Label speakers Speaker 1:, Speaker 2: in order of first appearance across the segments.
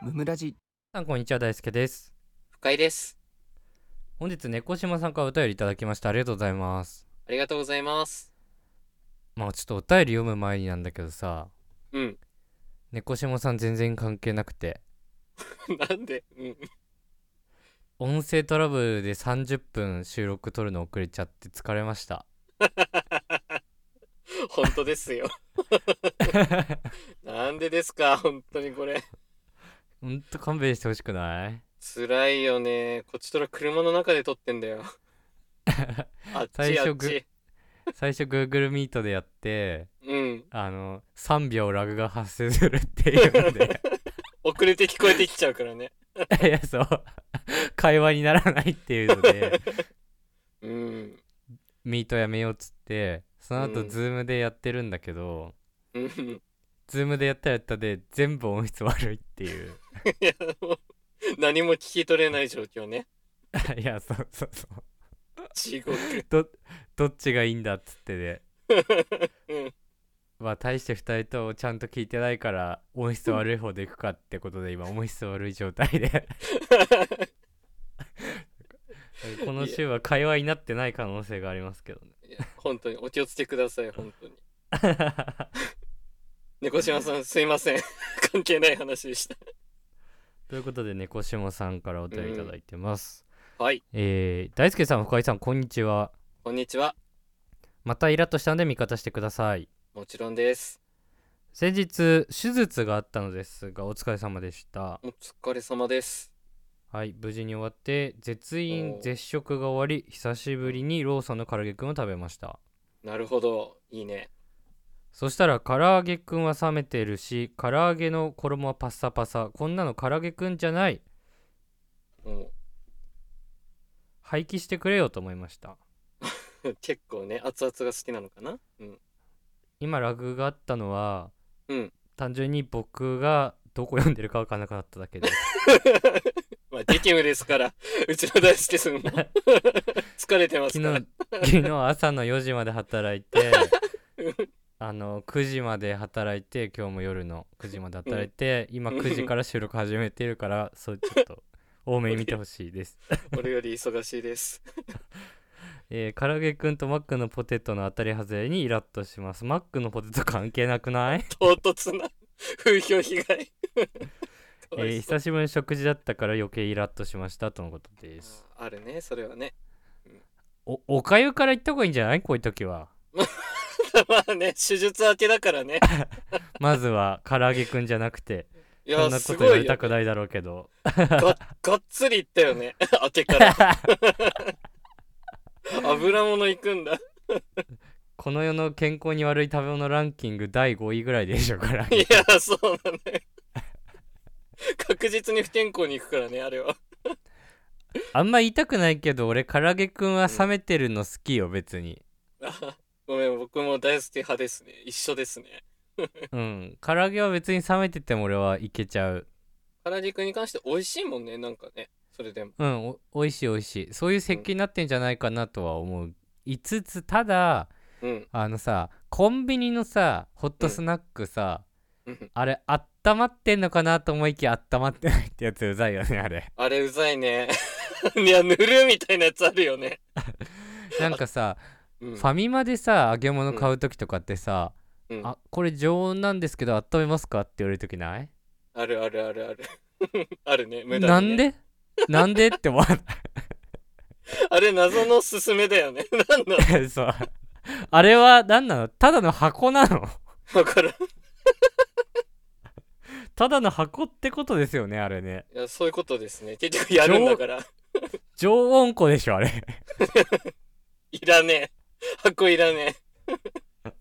Speaker 1: ムムラジ
Speaker 2: さんこんにちは大輔です
Speaker 3: 深井です。
Speaker 2: 本日猫島さんからお便りいただきましたありがとうございます
Speaker 3: ありがとうございます。
Speaker 2: まあちょっとお便り読む前になんだけどさ
Speaker 3: うん。
Speaker 2: 猫島さん全然関係なくて
Speaker 3: なんでうん。
Speaker 2: 音声トラブルで30分収録撮るの遅れちゃって疲れました
Speaker 3: 本当ですよ。 なんでですか本当にこれ。
Speaker 2: ほんと勘弁してほしくない
Speaker 3: 辛いよね。こっちとら車の中で撮ってんだよ。 あっ
Speaker 2: 最
Speaker 3: ちあ
Speaker 2: 初
Speaker 3: っ
Speaker 2: ぐ
Speaker 3: ち。
Speaker 2: 最初 Google Meet でやって
Speaker 3: うん。
Speaker 2: あの3秒ラグが発生するっていうので
Speaker 3: 遅れて聞こえてきちゃうからね。
Speaker 2: いやそう会話にならないっていうので
Speaker 3: うん。
Speaker 2: ミートやめようっつってその後
Speaker 3: うん
Speaker 2: ズームでやってるんだけど、
Speaker 3: うん。
Speaker 2: ズームでやったらやったで全部音質悪いっていう
Speaker 3: いや、もう、何も聞き取れない状況ね。
Speaker 2: いやそうそうそう
Speaker 3: 地獄。
Speaker 2: どどっちがいいんだっつってで、
Speaker 3: うん。
Speaker 2: まあ大して2人ともちゃんと聞いてないから音質悪い方でいくかってことで今音質悪い状態で この週は会話になってない可能性がありますけどね
Speaker 3: いや本当に、お気をつけください、本当に。猫島さん、すいません。関係ない話でした。
Speaker 2: ということで猫島さんからお便りいただいてます、
Speaker 3: はい、
Speaker 2: えー大輔さん深井さんこんにちは
Speaker 3: こんにちは。
Speaker 2: またイラッとしたので味方してください
Speaker 3: もちろんです。
Speaker 2: 先日手術があったのですがお疲れ様でした
Speaker 3: お疲れ様です。
Speaker 2: はい無事に終わって絶飲
Speaker 3: おー
Speaker 2: 絶食が終わり久しぶりにローソンの唐揚げくんを食べました
Speaker 3: なるほど、いいね。
Speaker 2: そしたら唐揚げくんは冷めてるし唐揚げの衣はパッサパサこんなの唐揚げくんじゃない
Speaker 3: も
Speaker 2: 廃棄してくれよと思いました
Speaker 3: う 結構ね、熱々が好きなのかな。うん。
Speaker 2: 今ラグがあったのは、
Speaker 3: うん
Speaker 2: 単純に僕がどこ読んでるかわからなくなっただけです
Speaker 3: まあ、激務ですから、 うちの大輔さんも 疲れてますか
Speaker 2: 昨
Speaker 3: ら
Speaker 2: 日。昨日朝の4時まで働い てあの9時まで働いて今日も夜の9時まで働いて、今
Speaker 3: うん
Speaker 2: 9時から収録始めてるからそうちょっと多めに見てほしいです、
Speaker 3: 俺より忙しいです。
Speaker 2: えー、唐揚げくんとマックのポテトの当たり外れにイラッとしますマックのポテト関係なくない
Speaker 3: 唐突な 風評被害。か
Speaker 2: え
Speaker 3: わ
Speaker 2: ー
Speaker 3: いそう
Speaker 2: 久しぶりの食事だったから余計イラッとしましたとのことです
Speaker 3: ああるね、それはね。
Speaker 2: おおかゆから言った方がいいんじゃないこういう時は
Speaker 3: まあね、手術明けだか らね。
Speaker 2: まずは唐揚げくんじゃなくて
Speaker 3: い
Speaker 2: そ
Speaker 3: や
Speaker 2: んなこ
Speaker 3: す
Speaker 2: と
Speaker 3: ご
Speaker 2: 言わ
Speaker 3: い
Speaker 2: れた
Speaker 3: よ
Speaker 2: くないだろうけど
Speaker 3: ががっつりいったよね、 明けか ら。油物いくんだ。
Speaker 2: この世の健康に悪い食べ物ランキング第5位ぐらいでしょから
Speaker 3: いや、そうだね。確実に不健康に行くからね、あれは。
Speaker 2: あんま言いたくないけど俺唐揚げくんは冷めてるの好きよ別に
Speaker 3: あごめん、僕も大好き派ですね。一緒ですね。
Speaker 2: うん唐揚げは別に冷めてても俺はいけちゃう
Speaker 3: 原宿に関して美味しいもんね、なんかね。それでも。
Speaker 2: うんおおいしいおいしいそういう設計になってんじゃないかなとは思ういつつただ
Speaker 3: うん。
Speaker 2: あのさコンビニのさホットスナックさ、
Speaker 3: うん
Speaker 2: あれあったまってんのかなと思いきやあったまってないってやつうざいよねあれ
Speaker 3: あれうざいね。 いや、塗るみたいなやつあるよね。
Speaker 2: なんかさ、
Speaker 3: うん
Speaker 2: フ。ァミマでさ揚げ物買う時とかってさ、
Speaker 3: うんあ
Speaker 2: あこれ常温なんですけど温めますかって言われる時ない、
Speaker 3: るあるあるある。 あるね、無駄
Speaker 2: な
Speaker 3: に、ね。
Speaker 2: んでなんでって思わ
Speaker 3: あれ、謎のすすめだよね。 なんだ
Speaker 2: ないそう あれは何なのただの箱なの
Speaker 3: だからん。い
Speaker 2: ただの箱ってことですよねあれね
Speaker 3: や、そういうことですね。結局やるんだから。
Speaker 2: 常温庫でしょあ れ
Speaker 3: いらねえ。箱いらねえ。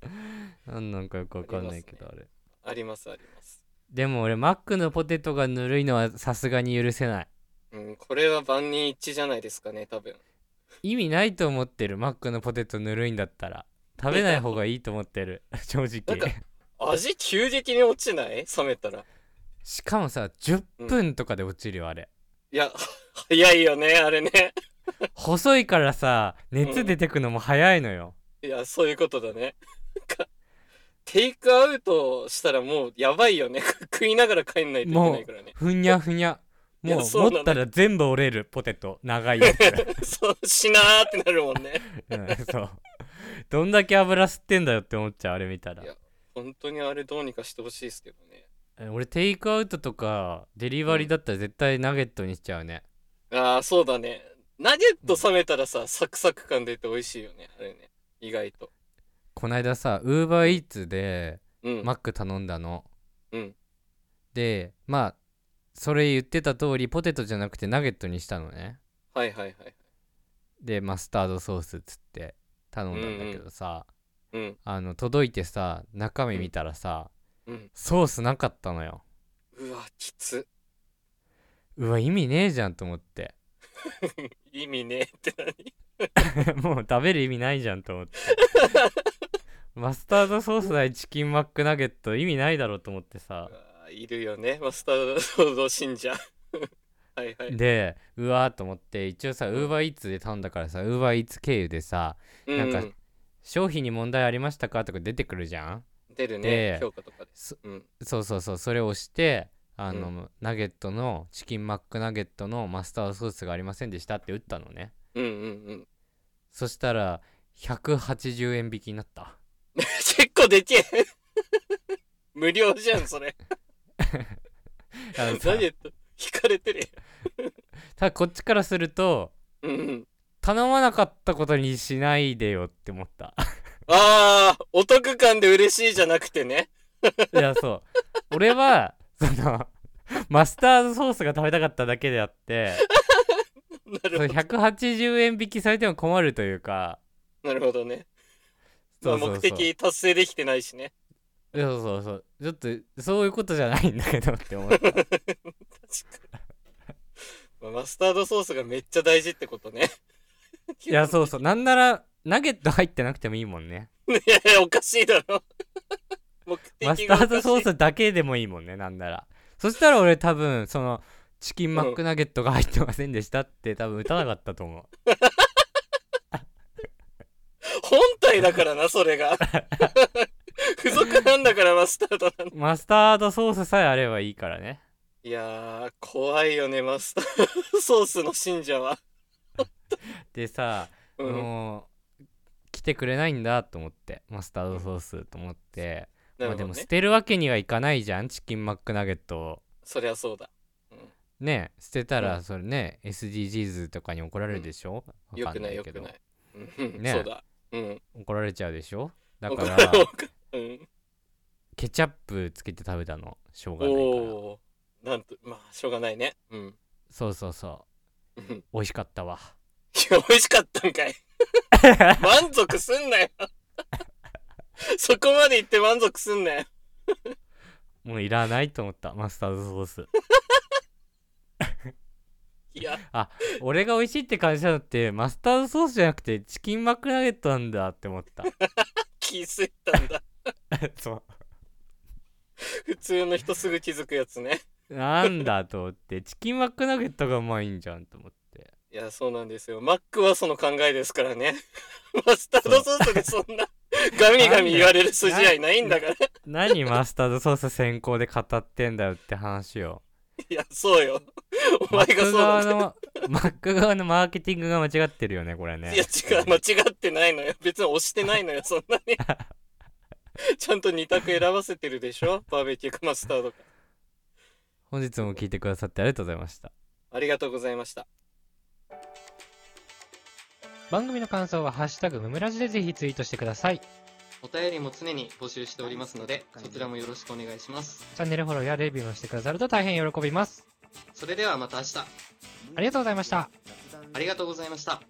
Speaker 2: なんなんかよくわかんないけどあれ
Speaker 3: あります、あります。
Speaker 2: でも俺マックのポテトがぬるいのはさすがに許せない
Speaker 3: うん、これは万人一致じゃないですかね、多分。
Speaker 2: 意味ないと思ってるマックのポテトぬるいんだったら食べない方がいいと思ってる 正
Speaker 3: なんか
Speaker 2: 直
Speaker 3: 味急激に落ちない冷めたら。
Speaker 2: しかもさ10分とかで落ちるよあれ
Speaker 3: いや、早いよね、あれね。
Speaker 2: 細いからさ熱出てくのも早いのよ、
Speaker 3: いや、そういうことだね。テイクアウトしたらもうやばいよね。食いながら帰んないといけないからね。
Speaker 2: ふにゃふにゃ
Speaker 3: いや
Speaker 2: もう
Speaker 3: そうなの
Speaker 2: 持ったら全部折れるポテト長い やつ、
Speaker 3: そう、しなーってなるもんね。
Speaker 2: うん、そうどんだけ油吸ってんだよって思っちゃうあれ見たら
Speaker 3: いや本当にあれどうにかしてほしいですけどね。
Speaker 2: え俺テイクアウトとかデリバリーだったら絶対ナゲットにしちゃうね、
Speaker 3: ああ、そうだね。ナゲット冷めたらさ、サクサク感出て美味しいよね。あれね。意外と。
Speaker 2: こないださウーバーイーツで
Speaker 3: うん。
Speaker 2: マック頼んだの、
Speaker 3: うん。
Speaker 2: でまあそれ言ってた通りポテトじゃなくてナゲットにしたのね
Speaker 3: はいはいはい。
Speaker 2: でマスタードソースっつって頼んだんだけどさ、
Speaker 3: うん。
Speaker 2: あの届いてさ中身見たらさ、
Speaker 3: うん。
Speaker 2: ソースなかったのよ
Speaker 3: うわ、きつ。
Speaker 2: うわ意味ねえじゃんと思って
Speaker 3: 意味ねえって何
Speaker 2: もう食べる意味ないじゃんと思ってマスタードソースないチキンマックナゲット意味ないだろうと思ってさ
Speaker 3: あーいるよね。マスタードソード信者。 はいはい。
Speaker 2: でうわーと思って一応さウーバーイーツで頼んだからさウーバーイーツ経由でさ
Speaker 3: うん
Speaker 2: なんか商品に問題ありましたかとか出てくるじゃん
Speaker 3: 出るね
Speaker 2: で。
Speaker 3: 評価とかで。
Speaker 2: そ
Speaker 3: うん。
Speaker 2: そうそうそうそれを押してあの、
Speaker 3: う
Speaker 2: ナゲットのチキンマックナゲットのマスタードソースがありませんでしたって打ったのね
Speaker 3: うんうんうん。
Speaker 2: そしたら180円引きにな った
Speaker 3: 結構でけえ。 無料じゃん、それ。
Speaker 2: あ
Speaker 3: ダ
Speaker 2: のさ
Speaker 3: イエット、引かれてる
Speaker 2: ただこっちからすると
Speaker 3: やん。うんうん。
Speaker 2: 頼まなかったことにしないでよって思った
Speaker 3: ああ、お得感で嬉しいじゃなくてね。
Speaker 2: いやそう俺はそのマスタードソースが食べたかっただけであって
Speaker 3: な
Speaker 2: そ
Speaker 3: る
Speaker 2: の
Speaker 3: ほど。
Speaker 2: 180円引きされても困るというか
Speaker 3: なるほどね。ま
Speaker 2: そ
Speaker 3: あ
Speaker 2: うそうそう
Speaker 3: 目的達成できてないしね。
Speaker 2: いやそうそうそうちょっとそういうことじゃないんだけどって思った
Speaker 3: まあマスタードソースがめっちゃ大事ってことね。
Speaker 2: いやそうそうなんならナゲット入ってなくてもいいもんね
Speaker 3: いやいや、おかしいだろ。 目
Speaker 2: マ
Speaker 3: 的
Speaker 2: ス
Speaker 3: が
Speaker 2: タ
Speaker 3: おかし
Speaker 2: ー
Speaker 3: い
Speaker 2: ドソースだけでもいいもんねなんならそしたら俺多分そのチキンマックナゲットが入ってませんでしたって多分打たなかったと思う
Speaker 3: 本体だからな、そ れが。付属なんだから、マスタードなんだ。
Speaker 2: マスタードソースさえあればいいからね
Speaker 3: いやー、怖いよね、マスター ドソースの信者は。
Speaker 2: でさ、
Speaker 3: うん。
Speaker 2: もう来てくれないんだと思ってマスタードソースと思って、ま
Speaker 3: なる
Speaker 2: あ
Speaker 3: ほ
Speaker 2: で
Speaker 3: ど
Speaker 2: も
Speaker 3: ね
Speaker 2: 捨。てるわけにはいかないじゃんチキンマックナゲットを
Speaker 3: そりゃそうだ。
Speaker 2: ね捨てた
Speaker 3: う
Speaker 2: ら
Speaker 3: ん
Speaker 2: それね、SDGs とかに怒られるでしょ、
Speaker 3: よ
Speaker 2: わか
Speaker 3: く
Speaker 2: ん
Speaker 3: ない、よ
Speaker 2: け
Speaker 3: く
Speaker 2: ど
Speaker 3: ない。うん
Speaker 2: ね
Speaker 3: そうだ。うん。
Speaker 2: 怒られちゃうでしょだ
Speaker 3: わ
Speaker 2: か
Speaker 3: からるわかるうん。
Speaker 2: ケチャップつけて食べたのしょうがないから
Speaker 3: おー。なんと、まあ、しょうがないね。うん。
Speaker 2: そうそうそ
Speaker 3: うん
Speaker 2: う美味しかったわ
Speaker 3: いや、美味しかったん かい。満足すんなよ。そこまで言って満足すんなよ。
Speaker 2: もういらないと思ったマスタードソース
Speaker 3: いや、
Speaker 2: 俺が美味しいって感じたのってマスタードソースじゃなくてチキンマックナゲットなんだって思った
Speaker 3: 気づいたんだ。
Speaker 2: そ
Speaker 3: 普通の人すぐ気づくやつね。
Speaker 2: うなんだと思ってチキンマックナゲットがうまいんじゃんと思って
Speaker 3: いや、そうなんですよ。マックはその考えですからね。 マスタードソースでそんな、ガミガミ言われる筋合いないんだから。
Speaker 2: 何マスタードソース先行で語ってんだよって話よ
Speaker 3: いや、そうよ。お前がそ
Speaker 2: マック
Speaker 3: う
Speaker 2: 側
Speaker 3: なんだ。
Speaker 2: のマック側のマーケティングが間違ってるよねこれね
Speaker 3: いや、違う。間違ってないのよ。別に押してないのよ、そんな に。ちゃんと二択選ばせてるでしょバーベキューかマスタードか。
Speaker 2: 本日も聞いてくださってありがとうございました
Speaker 3: ありがとうございました。
Speaker 2: 番組の感想は「ハッシュタグむむらじ」でぜひツイートしてくださいチ
Speaker 1: お便りも常に募集しておりますので、そちらもよろしくお願いします。
Speaker 2: ャンネルフォローやレビューもしてくださると大変喜びます
Speaker 1: それではまた明日、
Speaker 2: ありがとうございました
Speaker 1: ありがとうございました。